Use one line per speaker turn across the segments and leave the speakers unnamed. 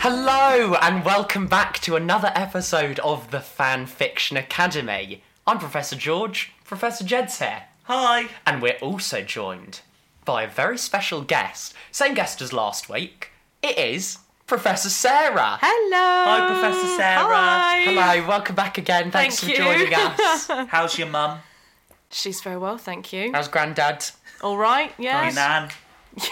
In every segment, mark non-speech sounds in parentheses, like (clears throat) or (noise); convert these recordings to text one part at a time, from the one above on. Hello, and welcome back to another episode of the Fan Fiction Academy. I'm Professor George, Professor Jed's here,
Hi.
and we're also joined by a very special guest, same guest as last week. It is Professor Sarah.
Hello.
Hi, Professor Sarah.
Hi.
Hello, welcome back again. Thanks
Thank
for
you.
joining us.
How's your mum?
She's very well, thank you.
How's Grandad?
All right, yeah.
Your nan?
(laughs)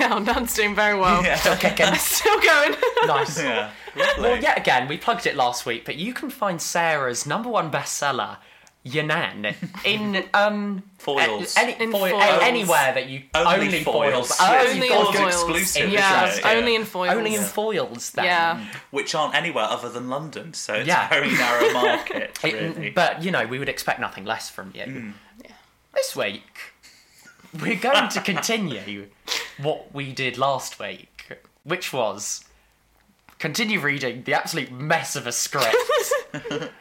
Yeah, our nan's doing very well.
Still kicking.
(laughs)
(laughs)
Still going.
nice.
(laughs) Yeah.
Well, yet again, we plugged it last week, but you can find Sarah's number one bestseller, Yanan, in um
Foils.
a- any,
In
foil-
foils.
a- anywhere that you
Only,
foils,
foils.
only
Only
foils,
in foils.
exclusive.
yeah,
Yeah.
isn't it?
only in foils.
only in foils. Then.
Yeah.
Which aren't anywhere other than London, so it's
Yeah.
a very narrow market,
(laughs) It-
really. Mm.
But you know, we would expect nothing less from you. This week, we're going to continue what we did last week, which was continue reading the absolute mess of a
(laughs)
script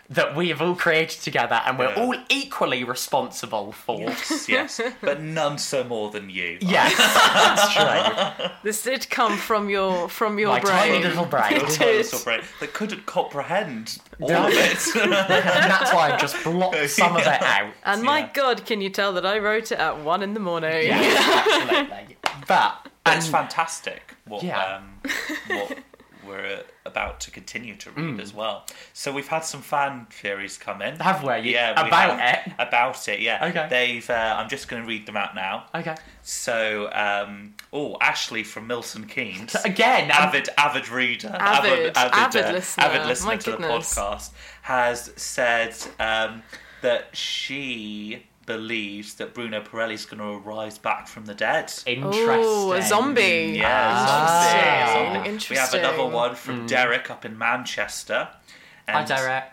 that we have all created together, and we're
Yeah.
all equally responsible for.
(laughs)
(laughs) yes, but none so more than you.
Yes, that's true.
This did come from your from your
My tiny
brain.
little
Your
brain.
(laughs)
It
foils
is.
were great. They couldn't comprehend all
No.
of (laughs) it.
and that's why I've just
(laughs)
blocked some of it out.
and my
yeah.
God, can you tell that I wrote it at one in the morning?
Yeah, absolutely. But and
it's fantastic what,
Yeah.
um, what we're uh, about to continue to read as well. So we've had some fan theories come in.
Mm. Have we?
Yeah, we
About
have.
it?
About it, yeah.
Okay.
They've. Uh, I'm just going to read them out now.
okay,
So, um, oh, Ashley from Milton Keynes,
(laughs)
again, I'm-
avid avid reader,
Avid, avid listener.
avid listener
My
to
goodness.
the podcast, has said um, that she believes that Bruno Pirelli's going to arise back from the dead.
Interesting.
Oh, a zombie.
Yeah,
Ah.
something, something.
Interesting. Hmm.
We have another one from Derek up in Manchester.
Hi,
And-
Derek.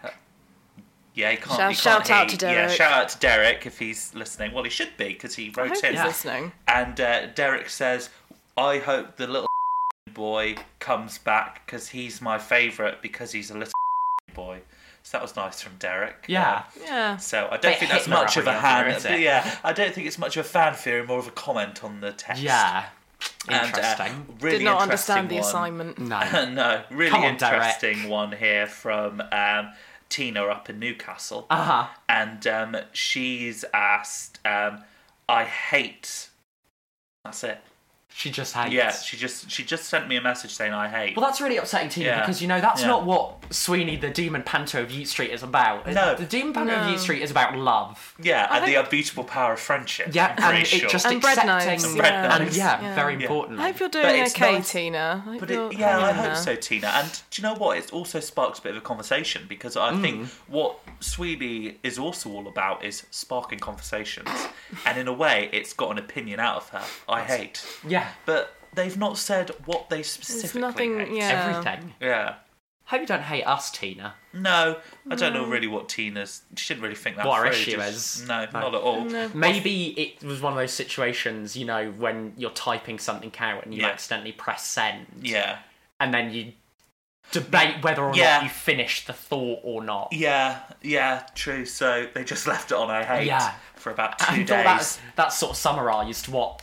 Yeah, he can't.
Shout-
he
shout
can't-
out
he-
to
Yeah,
Derek.
shout out to Derek if he's listening. Well, he should be because he
I
wrote
(laughs) hope
in.
he's listening.
And uh, Derek says, I hope the little (laughs) boy comes back because he's my favourite because he's a little (laughs) boy. So that was nice from Derek.
Yeah.
Yeah.
So I don't
Bit
think that's
Hitler
much of
up
a
in
hand.
there, is it?
Yeah, I don't think it's much of a fan theory, more of a comment on the text.
Yeah.
And, uh,
Interesting.
really
Did not
interesting
understand the
one. (clears throat)
assignment.
no.
no,
Mm.
really
Come on, Derek.
interesting one here from um, Tina up in Newcastle.
Uh huh.
and um, she's asked, um, "I hate." That's it.
She just hates.
Yeah, she just she just sent me a message saying I hate.
Well, that's really upsetting to you
Yeah.
because you know that's
Yeah.
not what Sweeney the Demon Panto of Ute Street is about.
No.
The Demon Panto of
No.
Ute Street is about love.
yeah, and
I
the unbeatable power of friendship.
Yeah,
I'm pretty
and
sure.
it just
And bread
accepting
knives, And
bread yeah.
and
knives.
yeah,
Yeah.
very
Yeah.
importantly.
I hope you're
But
doing
it's
okay,
nice-
Tina. I hope
But
you're
it, yeah, I
hanging in
hope
there.
so, Tina. And do you know what? It also sparks a bit of a conversation because I
Mm.
think what Sweeney is also all about is sparking conversations. and in a way, it's got an opinion out of her. I hate.
yeah.
But they've not said what they
There's
specifically
nothing.
hate.
Yeah.
Everything.
Yeah.
Hope you don't hate us, Tina.
No, I don't know really what Tina's. She didn't really think that
What our
through,
issue
did
is.
she? No, not at all.
No.
Maybe it was one of those situations, you know, when you're typing something out and you
Yeah.
accidentally press send,
Yeah,
and then you debate whether or
Yeah.
not you finish the thought or not.
yeah, yeah. True. So they just (laughs) left it on. I hate.
Yeah.
For about two
I
days.
thought that, that sort of summarised what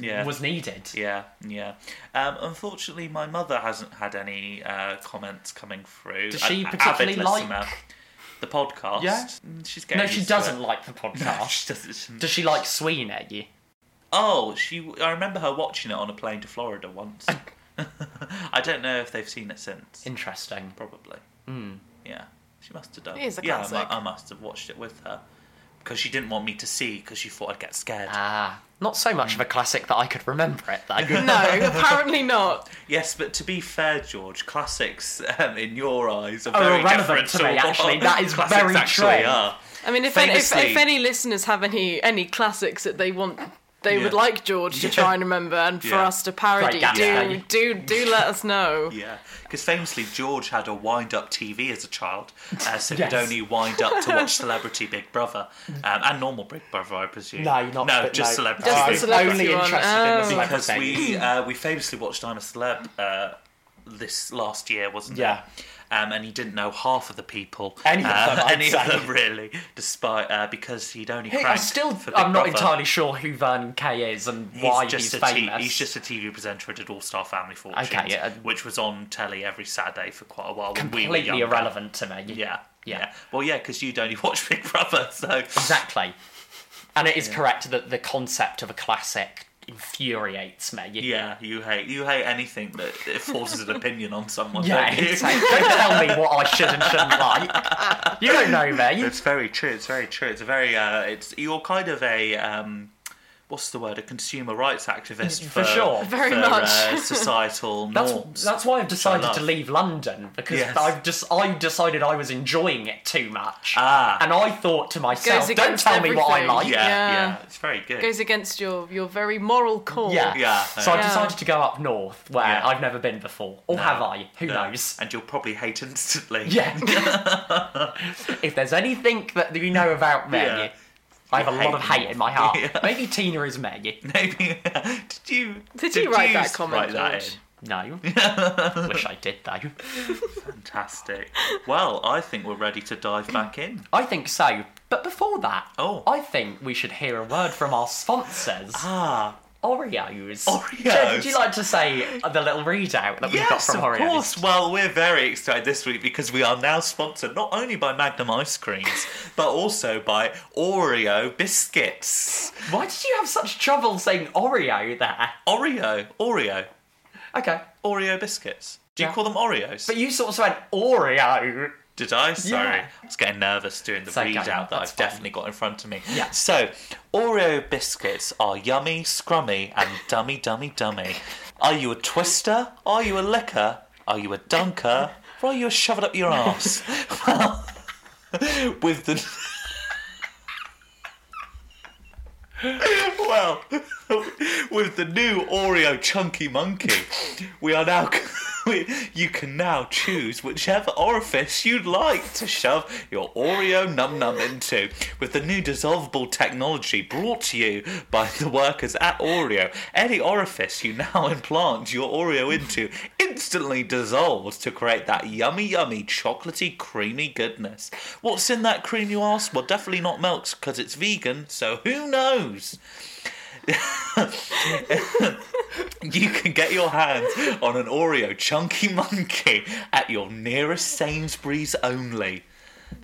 yeah.
was needed.
yeah, yeah. Um, unfortunately, my mother hasn't had any uh, comments coming through.
Does she
An avid
particularly
listener.
like-
the podcast?
Yeah.
Mm, she's getting.
No, she
used to it.
doesn't like the
(laughs) No,
podcast.
she doesn't.
Does she like Sweeney?
Oh, she. I remember her watching it on a plane to Florida once. (laughs) I don't know if they've seen it since.
Interesting.
Probably.
Hmm.
Yeah. She must have done.
It is a
yeah, I mu-
classic.
I, must have watched it with her. Because she didn't want me to see, because she thought I'd get scared.
Ah, not so much of a classic that I could remember it
(laughs)
though.
No, apparently not.
yes, but to be fair, George, classics um, in your eyes are
Are
very
irrelevant
different
to me,
what (laughs)
actually. That is
classics
very
actually
true.
Are.
I mean, if, any, if,
Famously-
if any listeners have any any classics that they want, they would
Yeah.
like George to try and remember, and for
Yeah.
us to parody,
Right,
do
Gatsby.
do do let us know.
(laughs) Yeah, because famously George had a wind-up TV as a child, uh, so
Yes.
he'd only wind up
(laughs)
to watch Celebrity Big Brother um, and normal Big Brother, I presume.
No, not
no,
but
just
no.
Celebrity.
Just the
Big
Celebrity Brother.
only
one.
interested in the
Oh.
celebrity
because
thing.
we uh, we famously watched I'm a Celeb uh, this last year, wasn't
Yeah.
it? um, and he didn't know half of the people.
Any of
um,
them, I'd
(laughs) any
say.
of them really, despite uh, because he'd only.
Hey, I
cranked
still,
for Big
I'm not
Brother.
entirely sure who Vernon Kay is and
He's
why
just
he's
a T-
famous.
he's just a TV presenter who did All Star Family Fortunes,
Okay, yeah.
which was on telly every Saturday for quite a while. when we were
completely
younger.
irrelevant to me.
Yeah,
Yeah.
yeah, Well, yeah, because you'd only (laughs) watch Big Brother, so
Exactly. And it is correct that the concept of a classic infuriates me.
yeah, you hate you hate anything that it forces an opinion on someone.
Yeah,
don't you?
it's like, don't tell me what I should and shouldn't like. You don't know me.
It's very true. It's very true. It's a very. Uh, it's you're kind of a. Um, what's the word? A consumer rights activist
Mm, For sure.
Very
for,
much.
uh, (laughs) societal norms.
That's, that's why I've decided
love.
to leave London because
Yes.
I've just I decided I was enjoying it too much,
Ah.
and I thought to myself, "Don't
against
tell me what I
everything."
like."
yeah,
Yeah.
yeah, It's very good.
Goes against your, your very moral core.
Yeah.
Yeah.
So I've
Yeah.
decided to go up north where
Yeah.
I've never been before, or have I? Who
No.
knows? (laughs)
And you'll probably hate instantly.
Yeah. if there's anything that you know about me,
Yeah.
I have a
You
lot
hate
of hate
North.
in my heart.
(laughs) Yeah.
Maybe Tina is me.
(laughs) Maybe. (laughs) did you?
Did, you write that
s-
comment,
write that
George?
in? (laughs)
No. Wish I did though.
Fantastic. Well, I think we're ready to dive back in.
I think so. But before that,
Oh.
I think we should hear a word from our sponsors,
Ah,
Oreos.
Oreos.
Jeff, would you like to say the little readout that we've got
yes,
from
of
Oreos?
course. Well, we're very excited this week because we are now sponsored not only by Magnum
(laughs)
Ice Creams, but also by Oreo Biscuits.
Why did you have such trouble saying Oreo there?
Oreo, Oreo,
Okay.
Oreo Biscuits. Do
Yeah.
you call them Oreos?
But you sort of said Oreo.
Did I? Sorry.
Yeah.
I was getting nervous doing the
It's okay,
readout that
that's
I've
fine.
definitely got in front of me.
Yeah.
So, Oreo biscuits are yummy, scrummy, and dummy, dummy, dummy. Are you a twister? Are you a licker? Are you a dunker? Or are you a shove it up
(laughs)
your arse? well, with the. (laughs) well, (laughs) with the new Oreo Chunky Monkey, we are now. (laughs) We, you can now choose whichever orifice you'd like to shove your Oreo num num into. With the new dissolvable technology brought to you by the workers at Oreo, any orifice you now (laughs) implant your Oreo into instantly dissolves to create that yummy, yummy, chocolatey, creamy goodness. What's in that cream, you ask? Well, definitely not milks because it's vegan, so who knows? You can get your hands on an Oreo Chunky Monkey at your nearest Sainsbury's only.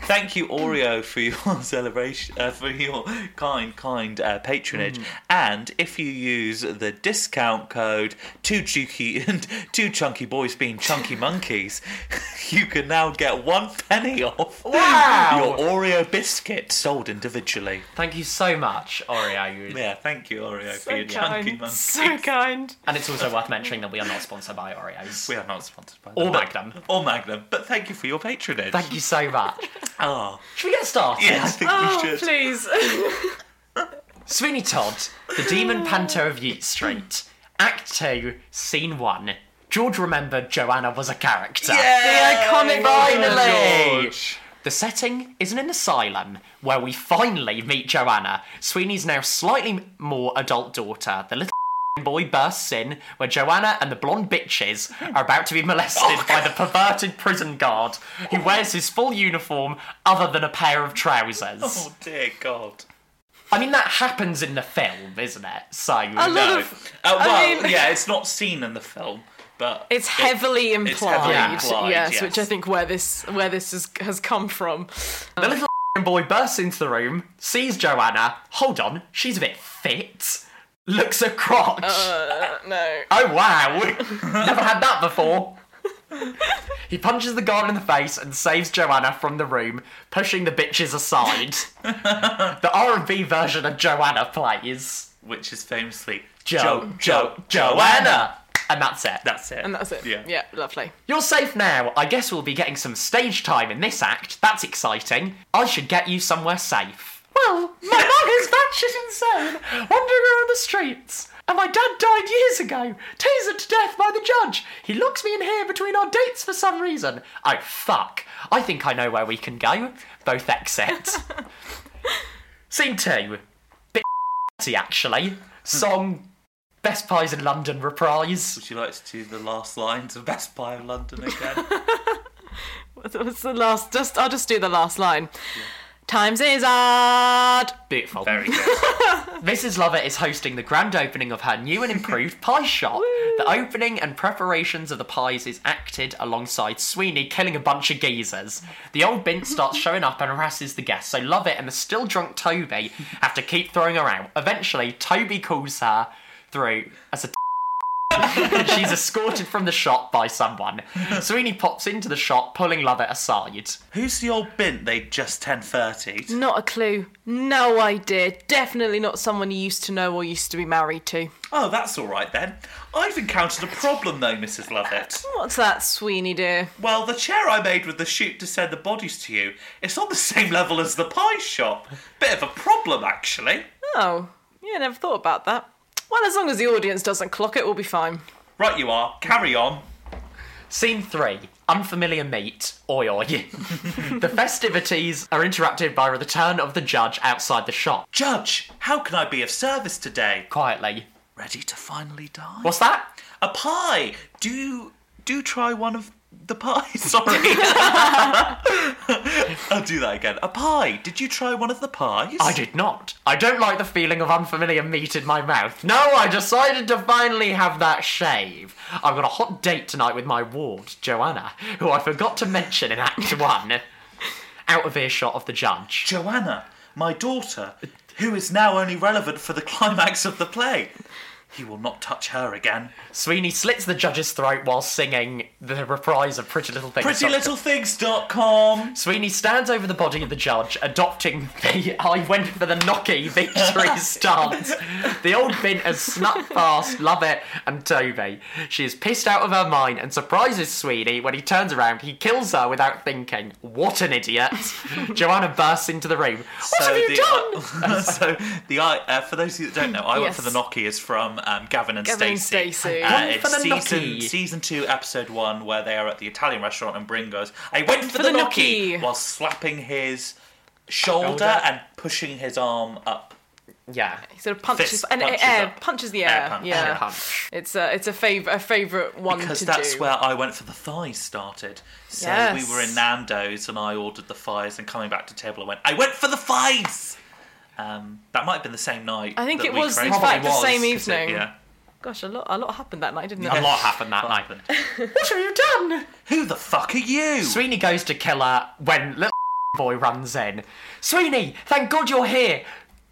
Thank you, Oreo, for your (laughs) celebration, uh, for your kind, kind uh, patronage. And if you use the discount code two chunky (laughs) and two chunky boys being chunky monkeys, (laughs) you can now get one penny off
Wow!
your Oreo biscuit sold individually.
Thank you so much, Oreo.
Yeah, thank you, Oreo, for
So
your chunky
kind.
monkey. (laughs)
So kind.
And it's also worth mentioning that we are not sponsored by Oreos.
We are not sponsored by
Or
them, but-
Magnum.
Or Oh, Magnum. But thank you for your patronage.
Thank you so much.
Oh,
Should we get started?
yeah, I think
Ah, Oh,
we should. (laughs)
please.
Sweeney Todd, The Demon Panto of Yeet Street, Act 2, Scene 1. George remembered Joanna was a character.
Yeah,
iconic
finally.
George.
The setting is in an asylum where we finally meet Joanna, Sweeney's now slightly more adult daughter. The little (laughs) boy bursts in where Joanna and the blonde bitches are about to be molested by the perverted prison guard who wears his full uniform other than a pair of trousers.
Oh dear God.
I mean, that happens in the film, isn't it? So.
A lot
No.
of.
Uh,
I
well,
mean-
yeah, it's not seen in the film, but
It's
it-
heavily implied,
implied,
yes,
yes.
which I think where this where this is, has come from.
The little (laughs) boy bursts into the room, sees Joanna. Hold on, she's a bit fit. Looks a crotch.
Uh, no,
Oh wow! Never had that before. He punches the guard in the face and saves Joanna from the room, pushing the bitches aside. the R&B version of Joanna plays.
which is famously
Jo,
Jo-
Jo, Joanna, and that's it.
That's it.
and that's it.
Yeah.
yeah, lovely.
You're safe now. I guess we'll be getting some stage time in this act. That's exciting. I should get you somewhere safe. Well, my (laughs) mum is batshit insane, wandering around the streets. And my dad died years ago, tasered to death by the judge. He locks me in here between our dates for some reason. Oh, fuck. I think I know where we can go. Both exit. Scene two. Bit (laughs) actually. Song Best Pies in London reprise.
(laughs)
Would you like to do the last lines of Best Buy of London again?
What's the last? Just I'll just do the last line. Times is hard.
Beautiful.
Very good.
Mrs. Lovett is hosting the grand opening of her new and improved pie shop. The opening and preparations of the pies is acted alongside Sweeney killing a bunch of geezers. The old bint starts showing up and harasses the guests, so Lovett and the still drunk Toby have to keep throwing her out. Eventually, Toby calls her through as a (laughs) She's escorted from the shop by someone. Sweeney pops into the shop, pulling Lovett aside.
Who's the old bint they just 1030?
Not a clue. No idea. Definitely not someone you used to know or used to be married to.
Oh, that's all right then. I've encountered a problem though, Mrs. Lovett.
What's that, Sweeney dear?
Well, the chair I made with the chute to send the bodies to you, it's on the (laughs) same level as the pie shop. Bit of a problem, actually.
Oh, yeah, never thought about that. Well, as long as the audience doesn't clock it, we'll be fine.
Right, you are. Carry on.
Scene three Unfamiliar meat, oi oi. the festivities are interrupted by the return of the judge outside the shop.
Judge, how can I be of service today?
Quietly.
Ready to finally die?
What's that?
A pie. Do do try one of
(laughs)
the pies. Sorry. I'll do that again. A pie. Did you try one of the pies?
I did not. I don't like the feeling of unfamiliar meat in my mouth. No, I decided to finally have that shave. I've got a hot date tonight with my ward, Joanna, who I forgot to mention in Act One. Out of earshot of the judge.
Joanna, my daughter, who is now only relevant for the climax of the play. He will not touch her again.
Sweeney slits the judge's throat while singing the reprise of Pretty Little Things.
PrettyLittleThings.com.
Sweeney stands over the body of the judge, adopting (laughs) the I went for the knocky victory stance. The old bint has snuck past Lovett and Toby. She is pissed out of her mind and surprises Sweeney when he turns around. He kills her without thinking. What an idiot! Joanna bursts into the room. What have you done?
done? (laughs) so the I uh, for those of you that don't know, I went for the
Yes.
knocky is from um, Gavin and
Gavin and
Stacey.
Stacey.
Uh,
Gone
it's
for the
season
knocky.
season two, episode one, where they are at the Italian restaurant and Brin goes, "I went for, the,
the
knocky,"
knocky.
while slapping his shoulder,
Shoulder.
and pushing his arm up.
yeah.
He sort of punches
Fist
and
punches
air
up.
punches the
Air
air.
punch.
Yeah,
Air punch.
it's a it's a fav- a favourite one
Because
to
that's
do.
where I went for the thighs started. So
Yes.
we were in Nando's and I ordered the thighs, and coming back to table, I went, I went for the thighs! Um, that might have been the same night.
I think
that
it
we
was, in
craved-
fact,
Probably
the
same
'cause
evening.
yeah.
Gosh, a lot a lot happened that night, didn't it?
A lot happened that night. What have you done?
Who the fuck are you?
Sweeney goes to kill her when little (laughs) boy runs in. Sweeney, thank God you're here.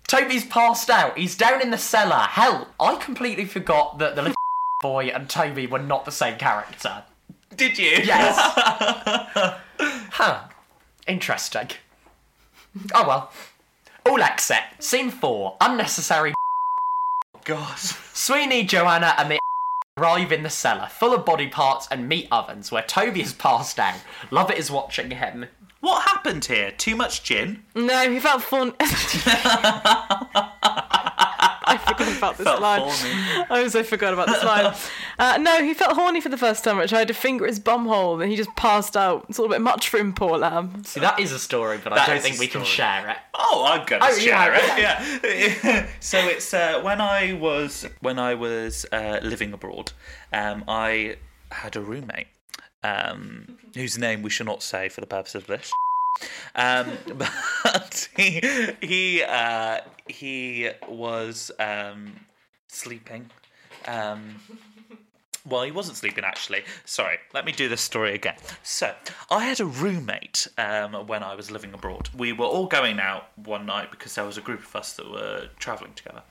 Toby's passed out. He's down in the cellar. Help! I completely forgot that the little (laughs) boy and Toby were not the same character.
Did you?
Yes. huh. Interesting. Oh well. All except scene four. Unnecessary. (laughs)
Oh, God.
Sweeney, Joanna, and the (laughs) arrive in the cellar, full of body parts and meat ovens, where Toby has passed out. Lovett is watching him.
What happened here? Too much gin?
No, he felt (laughs) fawn. I forgot about this
Felt
line.
horny.
I also forgot about
(laughs)
this line. Uh, no, he felt horny for the first time. I tried to finger his bum hole, and he just passed out. It's a little bit much for him, poor lamb.
See, that is a story, but
That
I
is
don't
a
think we can
story.
share it.
Oh, I'm gonna
Oh,
share
yeah.
it. Yeah. (laughs) so it's uh, when I was when I was uh, living abroad, um, I had a roommate um, whose name we shall not say for the purpose of this. Um, (laughs) but he he uh, he was um, sleeping. Um, well, he wasn't sleeping actually. Sorry, let me do this story again. So, I had a roommate um, when I was living abroad. We were all going out one night because there was a group of us that were travelling together,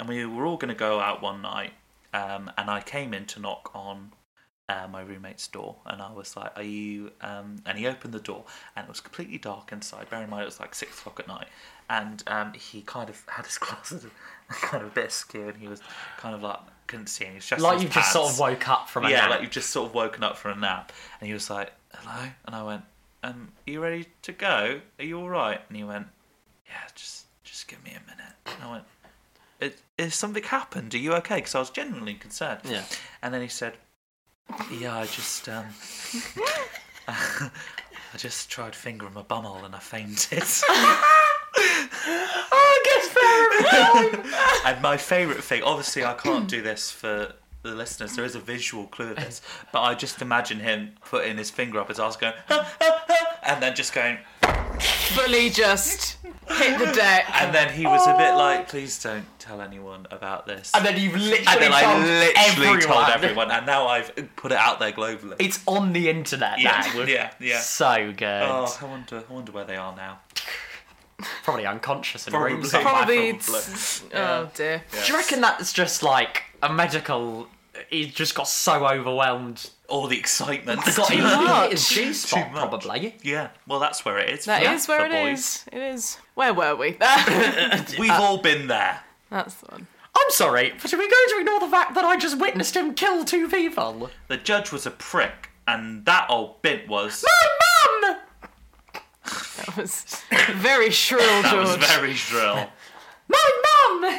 and we were all going to go out one night. Um, and I came in to knock on uh, my roommate's door, and I was like, "Are you?" Um, and he opened the door, and it was completely dark inside. Bear in mind, it was like six o'clock at night, and um, he kind of had his (laughs) glasses kind of a bit askew, and he was kind of like couldn't see, and he was just
Like you've just sort of woke up from a
yeah,
nap.
like you've just sort of woken up from a nap. And he was like, hello? And I went, um, are you ready to go? Are you all right? And he went, yeah, just just give me a minute. And I went, "Is is something happened? Are you okay? Because I was genuinely concerned.
Yeah.
And then he said, yeah, I just, um, (laughs) I just tried fingering my bumhole and I fainted. (laughs)
Oh, good for
Hmm.
and my favourite thing, obviously, I can't do this for the listeners there is a visual clue of this, but I just imagine him putting his finger up his ass, going, "Ah, ah, ah," and then just going,
Fully just hit the deck.
and then he was a
Oh.
bit like, "Please don't tell anyone about this."
And then you've literally
And then I
told
literally
everyone.
told everyone, and now I've put it out there globally.
It's on the internet
Yeah,
now.
yeah, yeah.
So good.
Oh, I wonder, I wonder where they are now.
Probably unconscious in
Probably.
a room somewhere.
Probably.
Probably.
it's-
(laughs) Yeah.
Oh dear.
Do you reckon that's just like a medical? He just got so overwhelmed.
All the excitement.
He got he hit his
much.
G
Too
spot
much.
probably.
(laughs) yeah, well, that's where it is.
That
for-
is where
for
it
boys.
is. Uh, It is. Where were we? (laughs)
We've all been there.
That's the one.
I'm sorry, but are we going to ignore the fact that I just witnessed him kill two people?
The judge was a prick, and that old bint was.
My mum!
That was (laughs) very shrill,
That was
George.
very shrill.
My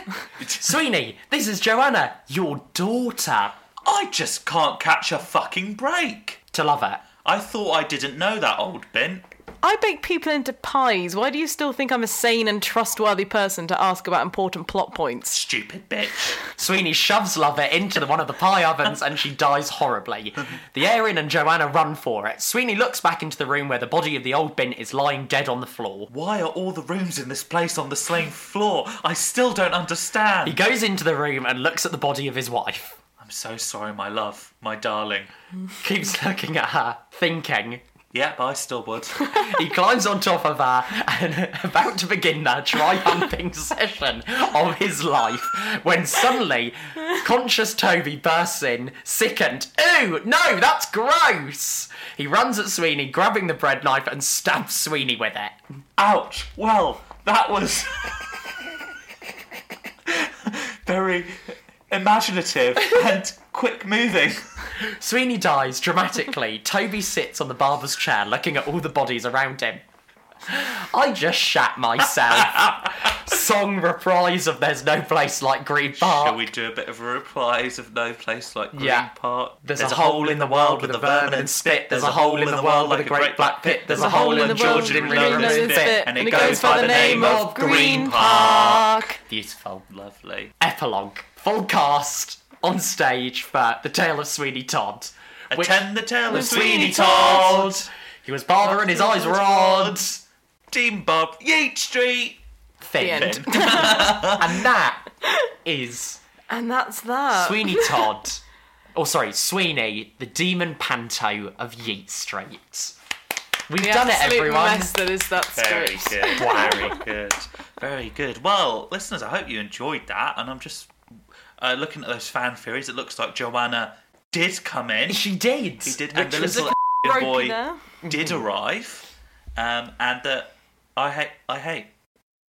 mum! (laughs) Sweeney, this is Joanna, your daughter.
I just can't catch a fucking break.
To love her.
I thought I didn't know that old bint.
I bake people into pies. Why do you still think I'm a sane and trustworthy person to ask about important plot points?
Stupid bitch.
Sweeney shoves Lover into the, one of the pie ovens and she dies horribly. The Erin and Joanna run for it. Sweeney looks back into the room where the body of the old bin is lying dead on the floor.
Why are all the rooms in this place on the slain floor? I still don't
He
understand.
goes into the room and looks at the body of his wife. (laughs)
I'm so sorry, my love, my darling.
Keeps looking at her, thinking.
Yep, I still would. (laughs)
He climbs on top of her and (laughs) about to begin that triumphing session of his life when suddenly conscious Toby bursts in, sickened. Ooh, no, that's gross! He runs at Sweeney, grabbing the bread knife and stabs Sweeney with it.
Ouch. Well, that was (laughs) very imaginative and quick moving.
Sweeney dies dramatically. Toby sits on the barber's chair looking at all the bodies around him. I just shat
(laughs)
myself. Song reprise of There's No Place Like Green Park.
Shall we do a bit of replies of no place like Green
Yeah.
Park?
There's, a, hole in the world with a vermin and spit. There's a hole in the world with a great black pit. There's a hole in the
world
Georgian
with a great
river
black
and
pit,
spit.
and it goes by the name of Green
Park.
Beautiful.
Lovely.
Epilogue. Full cast on stage for The Tale of Sweeney Todd. which-
Attend the tale of
Sweeney
Sweeney Todd.
Todd! He was barber and his eyes were odd.
Team Bob, Yeet Street.
The
Thin. (laughs)
end.
and (laughs) that is
And that's that.
Sweeney Todd. Oh, sorry, Sweeney, the demon panto of Yeet Street. We've
The
done it,
absolute
everyone.
mess that is that
Very
script.
good.
(laughs)
Very good. Very good. Well, listeners, I hope you enjoyed that. And I'm just uh, looking at those fan theories. It looks like Joanna did
(laughs)
come in.
She did.
She did, and
Which
the
was
little
Ropey
boy
there.
did arrive. Um, and that I hate. I hate.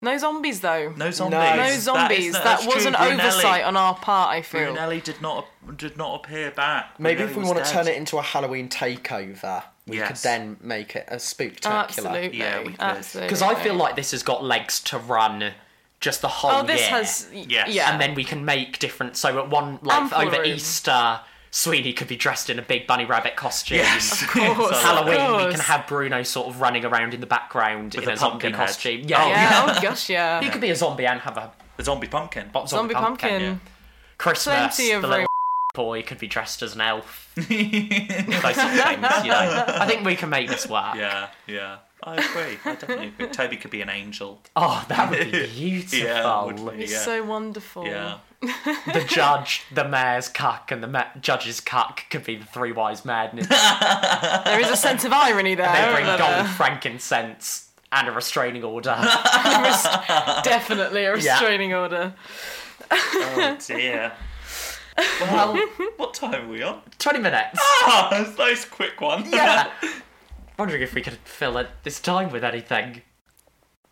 No zombies though.
No zombies.
No zombies. That, was an oversight on our part. I feel.
Brunelli did not did not appear back.
Maybe
Brunelli
if we
was
want to
dead.
turn it into a Halloween takeover, we could
Yes.
then make it a spooktacular.
Oh, Absolutely.
Yeah, we could.
Absolutely.
Because I feel like this has got legs to run just the whole
Oh, this
year.
has.
Yes.
Yeah.
And then we can make different. So at one, like,
Ample
over
room.
Easter, Sweeney could be dressed in a big bunny rabbit costume.
Yes, of
course.
(laughs)
Halloween, we
course.
can have Bruno sort of running around in the background in
a
a, zombie
pumpkin head.
costume. Yeah,
yeah. Oh gosh. Yeah.
(laughs) He could be a zombie and have a
the zombie pumpkin.
zombie,
Zombie pumpkin.
Christmas,
Plenty of
the
room.
little boy could be dressed as an elf.
yeah,
Those sort of things, you
(laughs)
know. I think we can make this work.
(laughs) yeah. I agree. I definitely agree. Toby could be an angel.
Oh, that would be beautiful.
Yeah, it would be.
It's
Yeah.
so wonderful.
Yeah.
the judge, the mayor's cuck, and the ma- judge's cuck could be the three wise men. They
There is a sense of irony there.
bring
but,
gold,
uh,
frankincense, and a restraining order.
rest- definitely a restraining order.
Oh
(laughs)
dear.
well,
What time are we on?
20 minutes.
Ah, it's those quick ones.
Yeah. (laughs) Wondering if we could fill it this time with anything.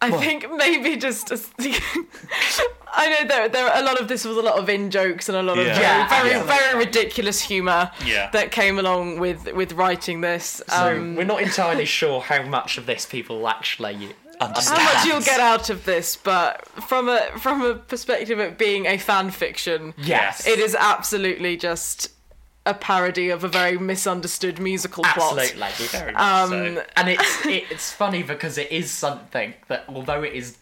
I think maybe just. as- (laughs) I know there there are a lot of this was a lot of in jokes and a lot of
Yeah.
very
Yeah,
very,
absolutely.
very ridiculous humour
(laughs) Yeah.
that came along with with writing this. Um,
We're not entirely sure how much of this people actually
Understand.
how much you'll get out of this, but from a from a perspective of being a fan fiction,
Yes.
it is absolutely just a parody of a very misunderstood musical
Absolutely.
plot.
Very much
Um,
so.
And it's it's funny because it is something that although it is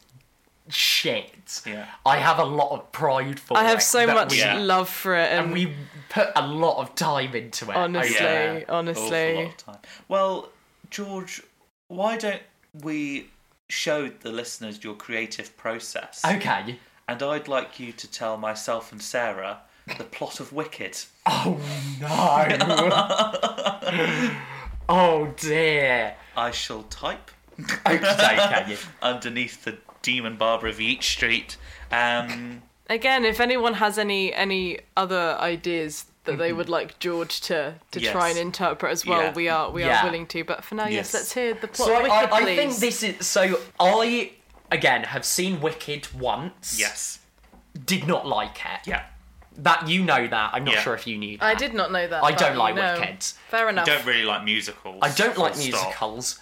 shit.
Yeah.
I have a lot of pride for
I
it
have so
that
much
we-
Yeah.
love for it, and,
and we put a lot of time into it.
Honestly.
over-
Yeah,
honestly.
awful lot of time. Well, George, why don't we show the listeners your creative process?
Okay.
And I'd like you to tell myself and Sarah the plot of Wicked.
Oh no.
(laughs)
oh dear.
I shall type
(laughs) Okay, you?
(laughs) underneath the demon barber of each street. Um,
again, if anyone has any any other ideas that they would like George to to try
Yes.
and interpret as well,
Yeah.
we are we
Mm-hmm. Yeah.
are willing to. But for now, yes,
Yes.
let's hear the plot.
So
of
I,
Wicked,
I, I
please.
think this is so. I again have seen Wicked once.
yes.
Did not like it.
Yeah.
That you know that. I'm not
Yeah.
sure if you knew. That.
I did not know that.
I
but,
don't
you
like
know,
Wicked.
Fair
(laughs)
enough.
Don't really like musicals.
I don't like
full stop.
musicals,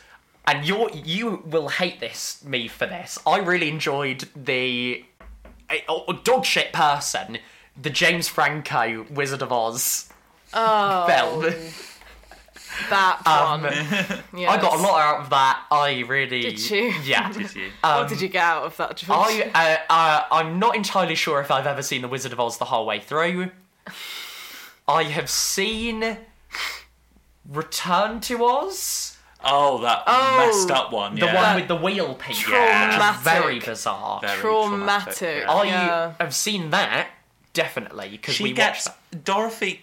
and you you will hate this me for this. I really enjoyed the a, a dog shit person, the James Franco Wizard of Oz film.
Oh, That
Um,
one.
(laughs) I got a
Yes.
lot out of that. I really
Did you? (laughs)
Yeah.
Did you?
what did you get out of that? George?
um, I uh, uh, I'm not entirely sure if I've ever seen The Wizard of Oz the whole way through. I have seen Return to Oz,
(laughs) Oh, that
Oh,
messed up one.
the
yeah.
one with the wheel people.
Yeah.
Very
Traumatic.
bizarre.
Very
Traumatic.
traumatic, yeah.
I
Yeah.
have seen that definitely because
She
we
gets
watched
Dorothy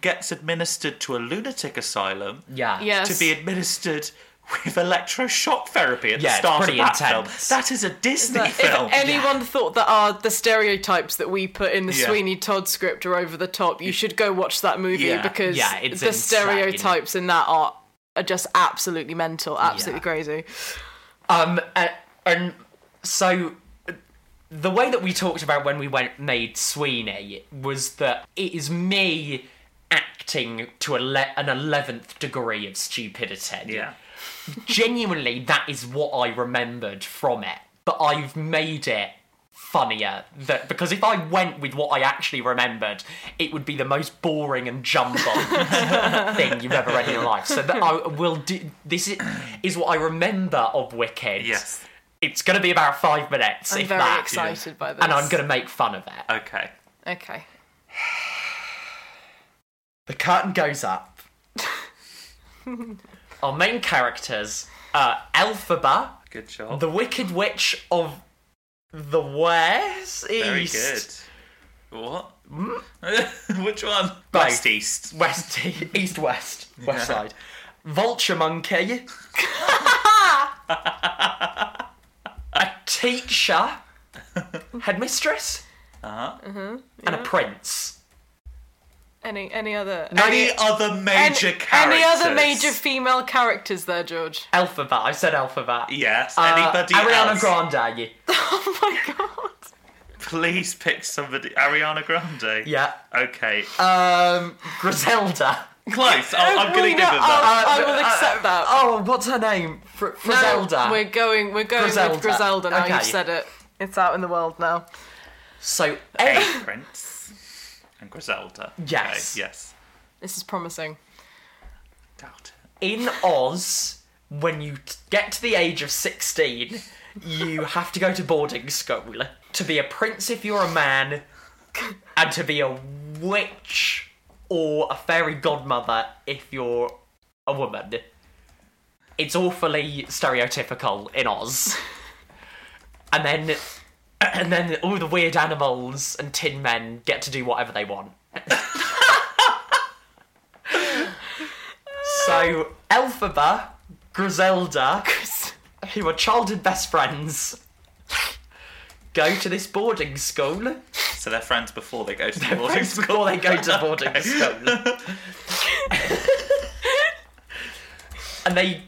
gets administered to a lunatic asylum
that. Yeah.
Yes.
to be administered with electroshock therapy at
Yeah,
the
it's
start of
pretty
that
intense.
film. That is a Disney
But
film.
if anyone thought that are the stereotypes that we put in the
Yeah.
Sweeney Todd script are over the top, you should go watch that movie
Yeah.
because
Yeah,
the
it's insane.
stereotypes in that are are just absolutely mental, absolutely crazy.
Um, uh, and so uh, the way that we talked about when we went made Sweeney was that it is me acting to ele- an eleventh degree of stupidity.
yeah.
Genuinely, that is what I remembered from it, but I've made it funnier that because if I went with what I actually remembered, it would be the most boring and jumbled (laughs) thing you've ever read in your life. So that I will do. This is, is what I remember of Wicked.
Yes.
It's going to be about five minutes.
I'm
if
very
that,
excited by this.
And I'm going to make fun of it.
Okay.
Okay.
The curtain goes up. (laughs) Our main characters are Elphaba,
Good job.
the Wicked Witch of the West
Very
East. Hmm?
good. What? (laughs) Which one?
Both.
West East.
West, (laughs) east,
(laughs)
west, west side. Vulture monkey. (laughs) a
(laughs)
teacher, headmistress,
Uh-huh.
Mm-hmm,
and a prince.
Any any other
Any other major
any,
characters?
any other major female characters there, George? (laughs)
Alphabet. I said alphabet.
Yes.
Uh,
Anybody
Ariana
else?
Grande.
Oh my god.
Please pick somebody. Ariana Grande.
Yeah.
Okay.
Um, Griselda.
Close. I'll, I'm going to give
no,
it that.
I'll- I
Uh,
will
uh,
accept that.
Oh, what's her name? Fr-
No,
Griselda.
we're going we're going
Griselda.
with Griselda now,
Okay.
you've said it. It's out in the world now.
so,
Hey, Prince and Griselda.
Yes.
Okay, yes.
This is promising.
Doubt it.
in Oz, when you t- get to the age of 16, you have to go to boarding school to be a prince if you're a man, and to be a witch or a fairy godmother if you're a woman. It's awfully stereotypical in Oz. And then (clears throat) and then all the weird animals and tin men get to do whatever they want. So Elphaba, Griselda, who are childhood best friends, go to this boarding
(laughs)
school
So they're friends before they go to the boarding
friends
school.
before they go to
(laughs)
boarding school. and they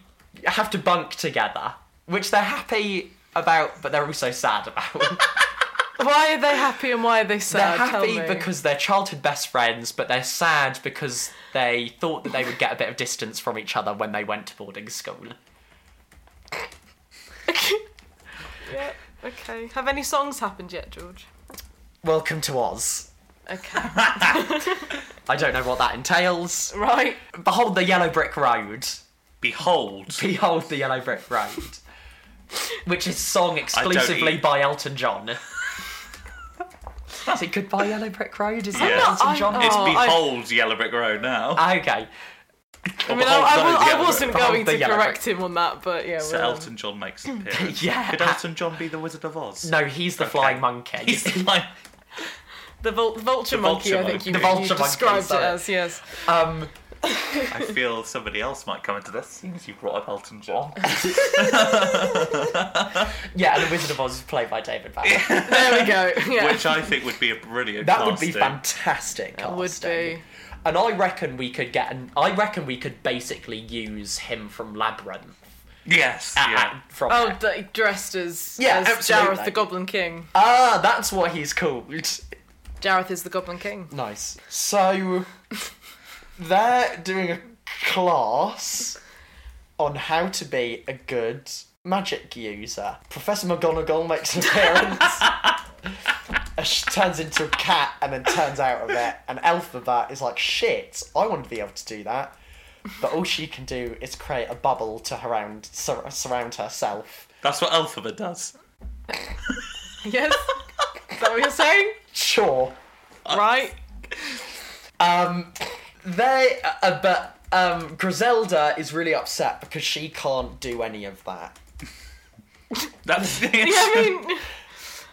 have to bunk together, which they're happy about, but they're also sad
(laughs)
about.
Why are they happy and why are they
they're
sad? Tell
happy
me.
because they're childhood best friends, but they're sad because they thought that they would get a bit of distance from each other when they went to boarding school.
(laughs) Yeah, okay. Have any songs happened yet, George?
Welcome to Oz.
Okay.
I don't know what that entails. (laughs)
right.
Behold the yellow brick road.
Behold.
(laughs) Behold the yellow brick road. which is sung exclusively
eat.
by Elton John. is it Goodbye Yellow Brick Road? Is that
Yeah.
Elton
I'm-
John?
It's
Oh, I-
Behold Yellow Brick Road now.
okay.
I mean, I, I, was, I wasn't
Behold
going
the
to
yellow
correct him on that, but yeah.
So
well,
Elton John makes an appearance.
Yeah.
Could Elton John be the Wizard of Oz?
No, he's the flying monkey.
(laughs)
(laughs)
He's the like,
the vul- vulture monkey, I think
monkey.
you,
The vulture
you
monkey,
described it
sorry.
as.
(laughs)
Yes.
um,
I feel somebody else might come into this. Since you brought up Elton John.
yeah, and the Wizard of Oz is played by David Banner.
There we go. (laughs) Yeah.
Which I think would be a brilliant
That would be
casting.
fantastic.
would
casting.
be.
And I reckon we could get an. I reckon we could basically use him from Labyrinth.
Yes.
uh,
Yeah.
From
Oh, d- dressed as,
Yeah,
as Jareth
absolutely.
the Goblin King.
ah, that's what he's called.
Jareth is the
(laughs)
Goblin King.
Nice.
So they're doing a class on how to be a good magic user. Professor McGonagall makes an appearance. And she turns into a cat and then turns out of it. And Elphaba is like, shit, I want to be able to do that. But all she can do is create a bubble to surround, sur- surround herself.
That's what Elphaba does.
Yes? is that what
(laughs)
you're saying?
Sure.
Right?
Um, they, uh, uh, but um, Griselda is really upset because she can't do any of that.
That's the
Yeah, I mean, (laughs)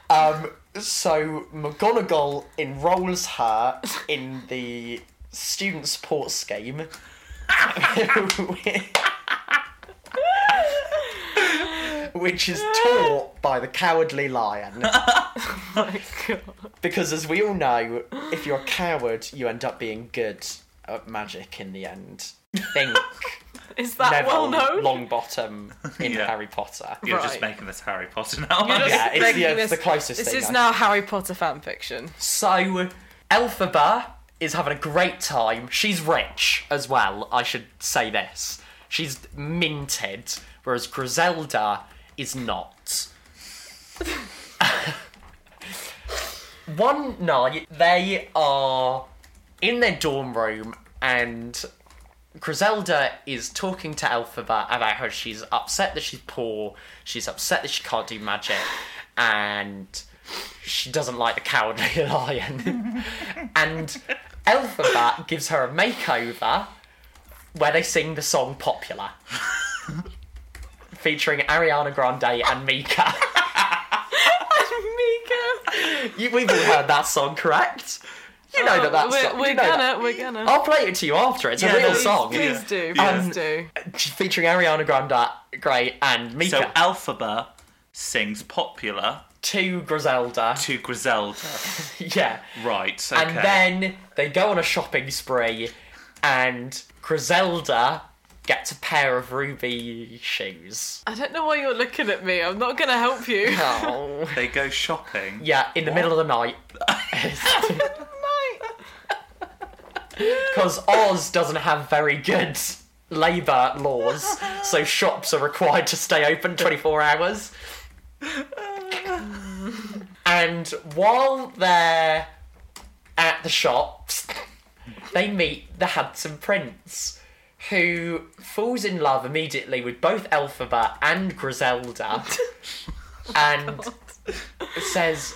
Um, so McGonagall enrolls her in the student support scheme. (laughs) Which is taught by the cowardly lion.
my God.
Because, as we all know, if you're a coward, you end up being good at magic in the end. Think
Is (laughs) that well
Neville
known?
Longbottom in
Yeah.
Harry Potter.
(laughs) You're
Right.
just making this Harry Potter now.
Oh,
You're just
Yeah,
uh,
it's the-
making
it's the closest
This
thing
is
I-
now Harry Potter fan fiction.
So, Elphaba is having a great time. She's rich as well, I should say this. She's minted, whereas Griselda is not. (laughs) One night, they are in their dorm room and Griselda is talking to Elphaba about how she's upset that she's poor, she's upset that she can't do magic, and she doesn't like the cowardly (laughs) lion.
(laughs)
and Elphaba gives her a makeover where they sing the song Popular, featuring Ariana Grande and Mika.
Mika.
(laughs)
Oh,
You, we've all heard that song, correct? You know that that
we're,
song. you
we're
know
gonna,
that.
we're gonna.
I'll play it to you after. It's
Yeah,
a real
no,
please,
song.
Please
Yeah.
do, please
Yeah.
do.
featuring Ariana Grande, great, and Mika
(laughs) so uh, Elphaba sings popular
to Griselda. (laughs)
to Griselda.
Yeah.
Right. Okay.
And then they go on a shopping spree, and Griselda gets a pair of ruby
(laughs)
shoes.
I don't know why you're looking at me. I'm not gonna help you. (laughs)
Oh.
they go shopping.
Yeah, in the middle of the
(laughs)
night.
Right.
Because Oz doesn't have very good labour laws, so shops are required to stay open 24 hours. And while they're at the shops, they meet the handsome prince, who falls in love immediately with both Elphaba and Griselda, and says,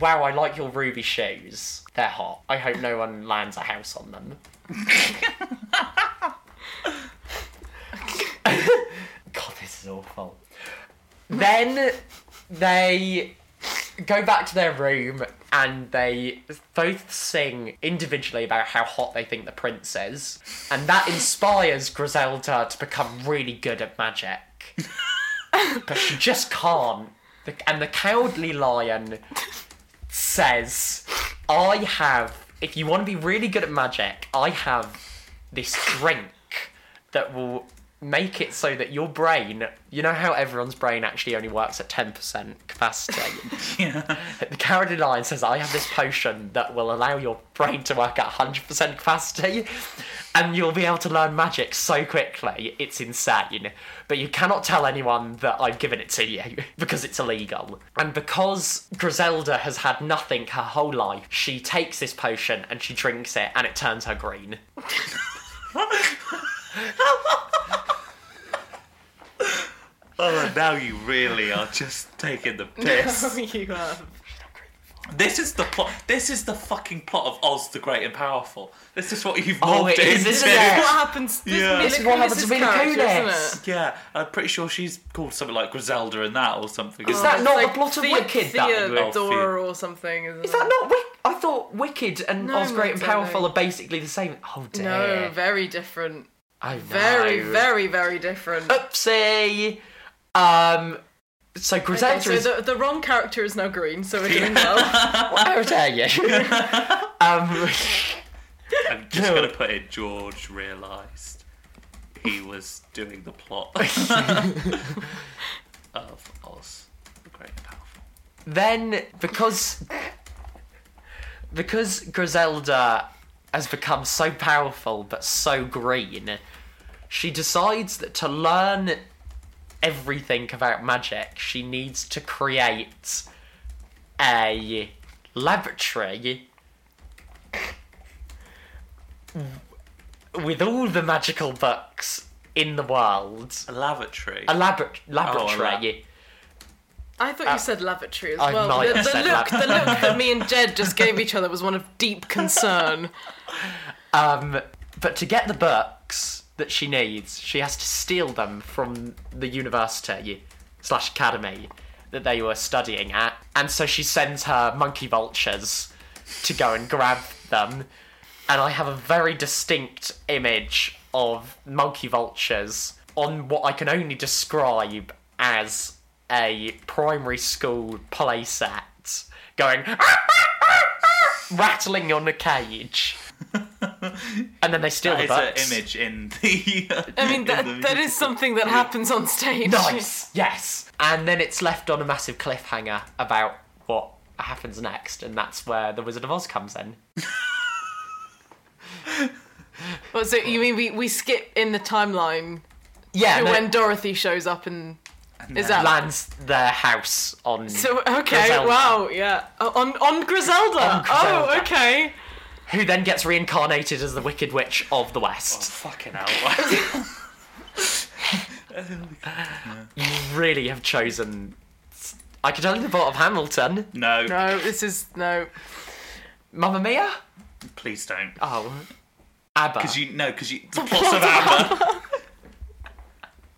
Wow, I like your ruby shoes. They're hot. I hope no one lands a house on them. God, this is awful. Then they go back to their room and they both sing individually about how hot they think the prince is. And that inspires Griselda to become really good at magic. but she just can't. The- And the cowardly lion says, I have, if you want to be really good at magic, I have this drink that will make it so that your brain, you know how everyone's brain actually only works at 10% capacity?
(laughs) Yeah.
The cowardly lion says, I have this potion that will allow your brain to work at 100% capacity, and you'll be able to learn magic so quickly, it's insane. But you cannot tell anyone that I've given it to you, (laughs) because it's illegal. And because Griselda has had nothing her whole life, she takes this potion and she drinks it, and it turns her green.
Oh, now you really are just taking
(laughs)
the piss.
Oh, you have.
This is the plot. This is the fucking plot of Oz the Great and Powerful. This is what you've
Oh,
morphed
it is,
into.
isn't
This
Yeah.
is what happens. This
Yeah.
is
This
is what happens
Kunis's
to Mila
character,
Kunis.
isn't
(laughs)
it?
Yeah, I'm pretty sure she's called something like Griselda and that or something.
Is
isn't
that
it?
It's
not the plot of Wicked, that
Theodora
movie?
or something. Isn't
Is that not Wicked? I thought Wicked and
No,
Oz Great and
Mozart, no.
Powerful are basically the same. Oh dear.
No, very different.
oh, no. Oh,
Very, very, very different.
Oopsie. Um. So Griselda
Okay, so
is.
the, the wrong character is now green, so we're
(laughs)
doing well.
How dare
(laughs)
you? um.
I'm just
No.
gonna put in George realised he was doing the
(laughs)
plot (laughs) of Oz the Great and Powerful.
Then because because Griselda has become so powerful but so green, she decides that to learn everything about magic, she needs to create a laboratory with all the magical books in the world.
A lavatory.
A labor- laboratory.
I thought you said lavatory as
I
well.
might
the,
have
the
Uh, said
look,
lav-
the look
(laughs)
that me and Jed just gave each other was one of deep concern.
Um, but to get the books that she needs, she has to steal them from the university slash academy that they were studying at, and so she sends her monkey vultures to go and grab them. And I have a very distinct image of monkey vultures on what I can only describe as a primary school playset, going rattling on a
(laughs)
cage. and then they steal
that
the books.
is an image in the.
I mean, that, that is something that happens on stage.
Nice, yes. And then it's left on a massive cliffhanger about what happens next, and that's where the Wizard of Oz comes in.
Well, so you mean we, we skip in the timeline
Yeah,
to
no,
when Dorothy shows up and is that
lands their house on.
so? Okay,
Griselda.
wow, yeah, Oh, on on Griselda.
On Griselda.
Oh, okay.
who then gets reincarnated as the Wicked Witch of the West.
Oh,
Fucking hell.
Really have chosen. I could only the plot of Hamilton.
(laughs) no,
No, this is no.
Mamma Mia?
please don't.
Oh. ABBA.
Because you no, because you the plots of Amber.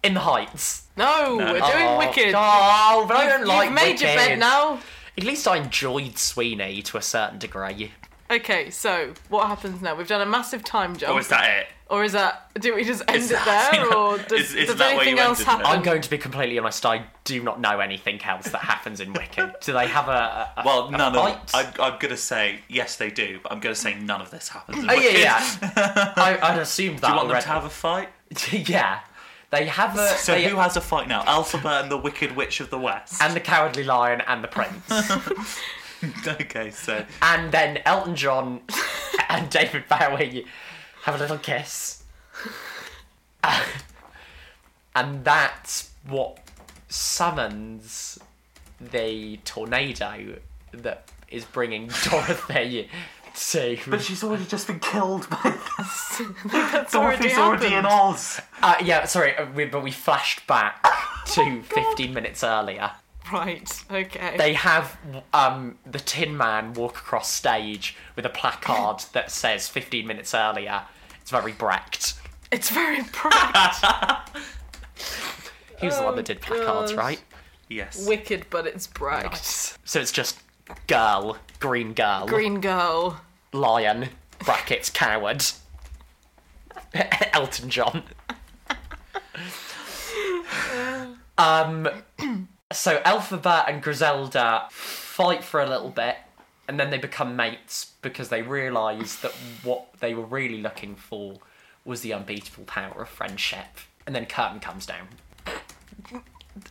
In the Heights.
No, we're doing
Oh,
Wicked.
Oh, but I don't
You've
like
made your bed
Wicked.
now.
At least I enjoyed Sweeney to a certain degree.
Okay, so what happens now? We've done a massive time jump,
Or is that it?
or is that? Do we just end it
that-
there, or
(laughs)
does,
Is- is
does
that where
anything
you
else
ended
happen?
there?
I'm going to be completely honest, I do not know anything else that happens in
(laughs)
Wicked. Do they have a. a, a
Well, none of.
fight?
I'm, I'm gonna say yes, they do, but I'm gonna say none of this happens. in
oh, yeah,
Wicked.
yeah. I, I'd assumed that
Do you want them
already.
to have
(laughs)
a fight?
yeah. They have a.
So
they-
who has a fight now? Alphaba and the Wicked Witch of the West.
and the Cowardly Lion and the Prince.
(laughs) okay, so
and then Elton John (laughs) and David Bowie have a little kiss. (laughs) Uh, and that's what summons the tornado that is bringing (laughs) Dorothy to.
she's already just been killed by
That's already happened.
Oz.
Uh, yeah, sorry, uh, we, but we flashed back to 15 minutes earlier.
Right. Okay.
They have um, the Tin Man walk across stage with a placard that says 15 minutes earlier. It's very Brecht.
It's very bright.
He was the one that did placards,
Oh, God.
right?
Yes.
Wicked, but it's bright.
So it's just girl, green girl,
Green girl.
lion, brackets, coward, Elton John. um, so Elphaba and Griselda fight for a little bit, and then they become mates because they realise that what they were really looking for was the unbeatable power of friendship. And then curtain comes down.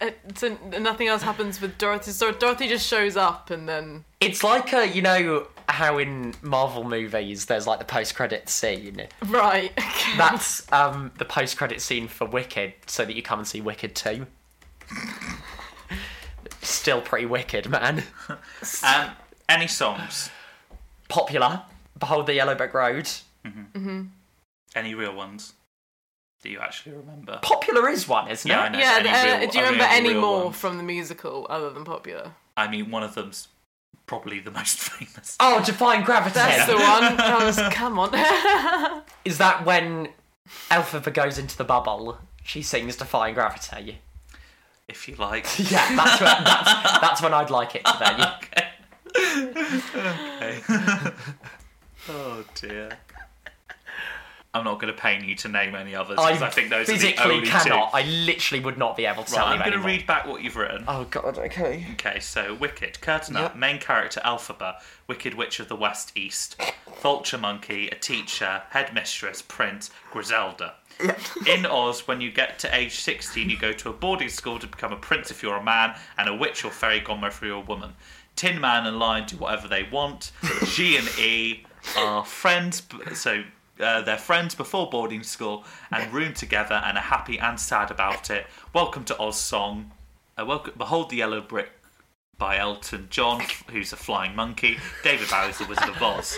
Uh, so nothing else happens with Dorothy. So Dorothy just shows up and then.
It's like a, you know how in Marvel movies there's like the post-credit
(laughs)
scene.
Right. Okay.
That's um, the post-credit scene for Wicked, so that you come and see Wicked too. Still pretty wicked, man.
Um, any songs?
Popular. Behold the Yellow Brick Road.
Any real ones? Do you actually remember?
Popular is one, isn't
Yeah, I
it?
know.
yeah,
any
uh,
real-
do you
I mean,
remember any
real
more
ones.
from the musical other than popular?
I mean, one of them's probably the most (laughs) famous.
Oh, Defying Gravity.
That's
Yeah.
the one. I was, come on. (laughs)
Is that when Elphaba goes into the bubble? She sings Defying Gravity.
If
(laughs)
you like.
Yeah, that's when, that's, that's when I'd like it to be.
okay. okay. (laughs) oh dear. I'm not going to pain you to name any others because I, think those
physically
are the only
cannot.
two.
I literally would not be able to tell
Right, I'm
you
going to
anymore.
read back what you've written.
Oh
(laughs)
god, okay.
Okay, so Wicked, Curtain Up,
Yep.
main character Alphaba, Wicked Witch of the West East, Vulture Monkey, a teacher, headmistress, Prince, Griselda. (laughs) In Oz, when you get to age 16, you go to a boarding school to become a prince if you're a man, and a witch or fairy godmother if you're a woman. Tin Man and Lion do whatever they
(laughs)
want. G and E are friends, b- so uh, they're friends before boarding school and room together and are happy and sad about it. Welcome to Oz song. Uh, welcome, behold the yellow brick by Elton
(laughs)
John, who's a flying monkey. David Bowie's the Wizard of Oz.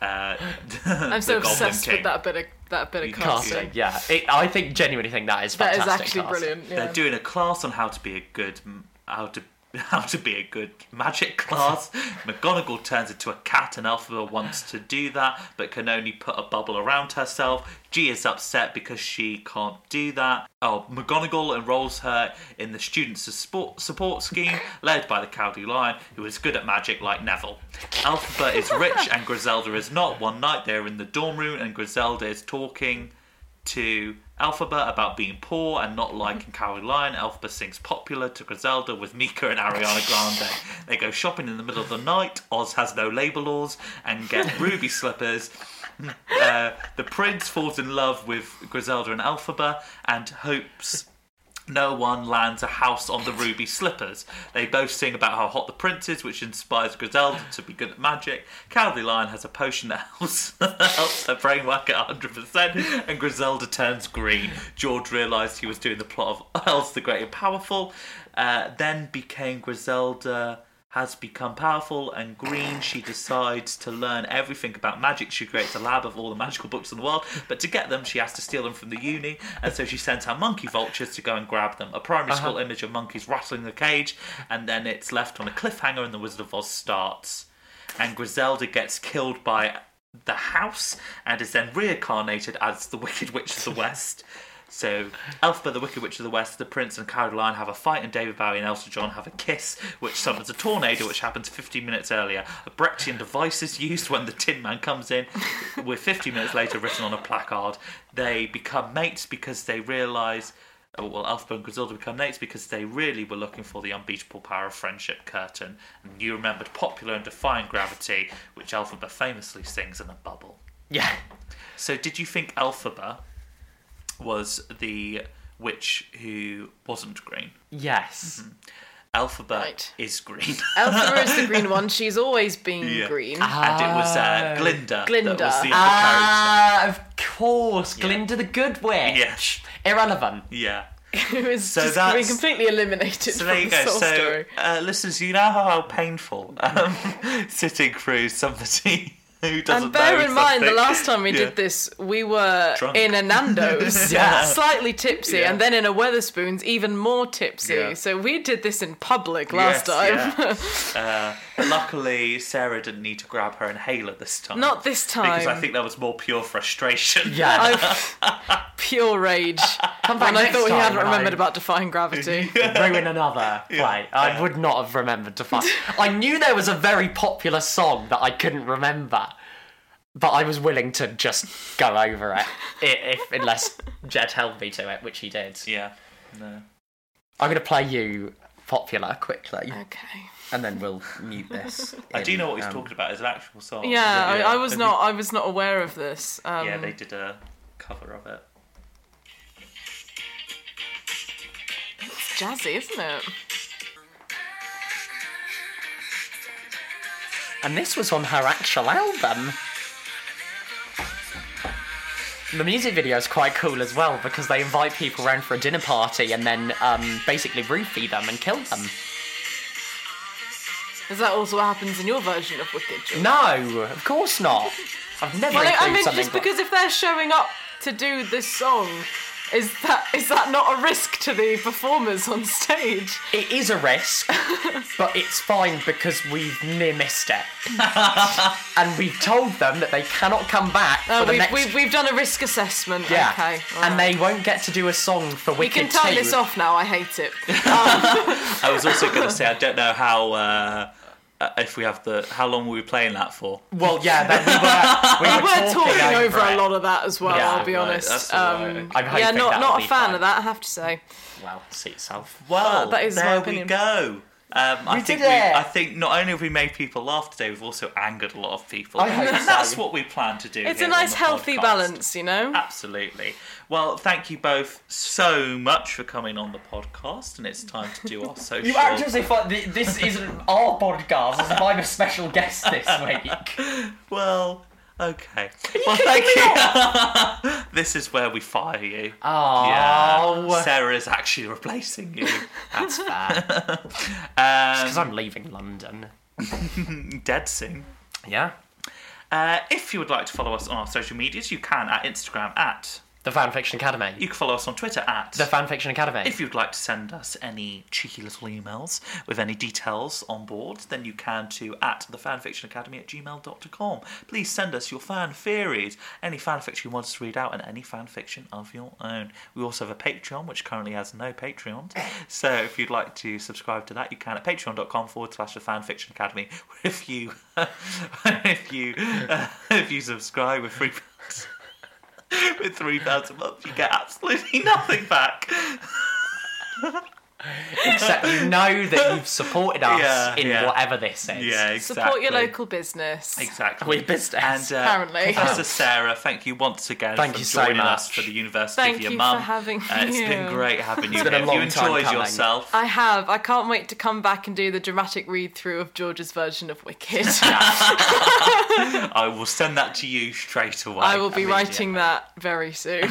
Uh, (laughs)
I'm so
the Goblin
obsessed
King.
with that bit of that bit of
can't
Casting,
casting.
yeah. It, I think genuinely think that is
That is
fantastic.
actually
casting.
brilliant. Yeah.
They're doing a class on how to be a good how to (laughs) how to be a good magic class. McGonagall turns into a cat, and Elphaba wants to do that, but can only put a bubble around herself. G is upset because she can't do that. Oh, McGonagall enrolls her in the students' support support scheme, led by the Cowdy Lion, who is good at magic like Neville. Elphaba is rich, and Griselda is not. One night they're in the dorm room, and Griselda is talking to Alphaba about being poor and not liking Caroline. Alphaba sings popular to Griselda with Mika and Ariana Grande. They go shopping in the middle of the night. Oz has no labor laws and get ruby slippers. Uh, the prince falls in love with Griselda and Alphaba and hopes no one lands a house on the ruby slippers. They both sing about how hot the prince is, which inspires Griselda to be good at magic. Cowardly Lion has a potion that (laughs) helps, helps her brain work at 100%, and Griselda turns green. George realised he was doing the plot of Elves the Great and Powerful, uh, then became Griselda has become powerful and green. She decides to learn everything about magic. She creates a lab of all the magical books in the world, but to get them, she has to steal them from the uni, and so she sends her monkey vultures to go and grab them. A primary school image of monkeys rattling the cage, and then it's left on a cliffhanger, and The Wizard of Oz starts. And Griselda gets killed by the house and is then reincarnated as the Wicked Witch of the West. So, Elphaba, the Wicked Witch of the West, the Prince and Caroline have a fight, and David Bowie and Elton John have a kiss, which summons a tornado, which happens 15 minutes earlier. A Brechtian device is used when the Tin Man comes in, with 15 minutes later written on a placard. They become mates because they realise Oh, well, Alpha and Griselda become mates because they really were looking for the unbeatable power of friendship curtain, and you remembered popular and defying gravity, which Alphaba famously sings in a bubble.
Yeah.
So, did you think Alphaba was the witch who wasn't green?
Yes.
Mm-hmm. Alphaba
Right.
is
(laughs)
green,
Elphaba is
(laughs)
the green one. She's always been
Yeah.
green. (laughs)
and it was uh, Glinda,
Oh. Glinda.
that was the other
Ah, of course, Glinda the Good Witch.
character. Yeah,
Irrelevant.
yeah.
Who is
So
just been
that's-
completely eliminated
So
from
there you
the
go.
soul
So,
story.
uh, listeners, you know how painful um, (laughs) sitting through somebody who doesn't
And bear
know
in mind, the
something-
last time we
Yeah.
did this, we were
Drunk.
in
(laughs)
a Nando's,
Yeah.
slightly tipsy,
Yeah.
and then in a Weatherspoons, even more tipsy.
Yeah.
So we did this in public last
Yes,
time. (laughs)
yeah. Uh, but luckily, Sarah didn't need to grab her inhaler this time.
Not this time.
because I think that was more pure
(laughs)
frustration.
Yeah.
I- pure rage.
Come back
And I
next
thought we
time
hadn't
when
remembered
I-
about
(laughs)
defying gravity.
(laughs) ruin another play. I would not have remembered to
(laughs)
find. I knew there was a very popular song that I couldn't remember, but I was willing to just go over it, i- if unless Jed held me to it, which he did.
(laughs) Yeah. No.
I'm gonna play you popular quickly,
okay.
and then we'll mute this.
I do
in,
know what he's
um,
talking about. It's an actual song.
Yeah, I, I was
Have
not. I was not aware of this.
you-
Um,
Yeah, they did a cover of it.
jazzy, isn't it?
And this was on her actual album. The music video is quite cool as well because they invite people round for a dinner party and then um, basically roofie them and kill them.
Is that also what happens in your version of Wicked? George?
No, of course not. I've never.
Well, I
included
mean,
something
just because if they're showing up to do this song, Is that is that not a risk to the performers on stage?
It is a risk, but it's fine because we've near missed
(laughs)
it. and we've told them that they cannot come back
Uh,
for the
we've,
next
we've, we've done a risk assessment.
yeah.
Okay. all
And
right.
they won't get to do a song for
We
Wicked
can turn
2.
this off now. I hate it.
I was also going to say I don't know how uh, uh, if we have the how long were we playing that for?
Well, yeah, then
(laughs)
we were, we
We were talking over
it.
a lot of that as well.
Yeah,
I'll be
right,
honest.
that's all right,
um,
I'm
yeah,
hoping
not
that'll
not a
be
fan
fine.
of that. I have to say.
Well, see itself.
Well,
But that is my
there we
opinion.
go. Um, I
We
think
did
we,
it.
I think not only have we made people laugh today, we've also angered a lot of people.
I hope
and
so.
that's what we plan to do.
It's
here
a
on
nice,
the
healthy
podcast.
balance, you know.
Absolutely. Well, thank you both so much for coming on the podcast, and it's time to
(laughs)
do our social.
You act as if like, th- this isn't our podcast, as if I'm a special guest (laughs) this week.
Well, okay. Well, thank you. (laughs) this is where we fire you.
Oh,
Yeah, Sarah is actually replacing
(laughs)
you.
that's fair. Because
Um,
I'm leaving London.
dead soon.
Yeah,
Uh, if you would like to follow us on our social medias, you can at Instagram at.
the Fanfiction Academy.
You can follow us on Twitter at.
the Fanfiction Academy.
(laughs)
if you'd like to send us any cheeky little emails with any details on board, then you can to at the fanfictionacademy at gmail.com. Please send us your fan theories, any fanfiction you want us to read out, and any fanfiction of your own. We also have a Patreon, which currently has no Patreons. So if you'd like to subscribe to that, you can at patreon.com forward slash the fanfiction academy. (laughs) If you, if you, (laughs) uh, if you subscribe with free (laughs) with three pounds a month, you get absolutely nothing back.
Except you know that you've supported us
Yeah,
in
yeah.
whatever this is.
Yeah, exactly.
Support your local business.
Exactly.
We're business.
And uh,
(laughs) Apparently.
Professor Sarah, thank you once again
Thank
for
you so
joining us
much.
for the University
Thank
of Your
you for
Mum.
having
uh, It's been
you.
(laughs)
great having you.
been a
here.
long
you
time
enjoyed
coming.
yourself.
I have. I can't wait to come back and do the dramatic read through of George's version of Wicked.
I will send that to you straight away.
I will be
immediately.
writing that very soon.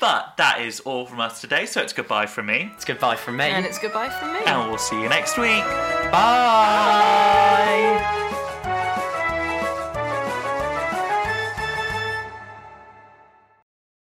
But that is all from us today, so it's goodbye from me,
It's goodbye from me.
and it's goodbye from me.
and we'll see you next week.
Bye.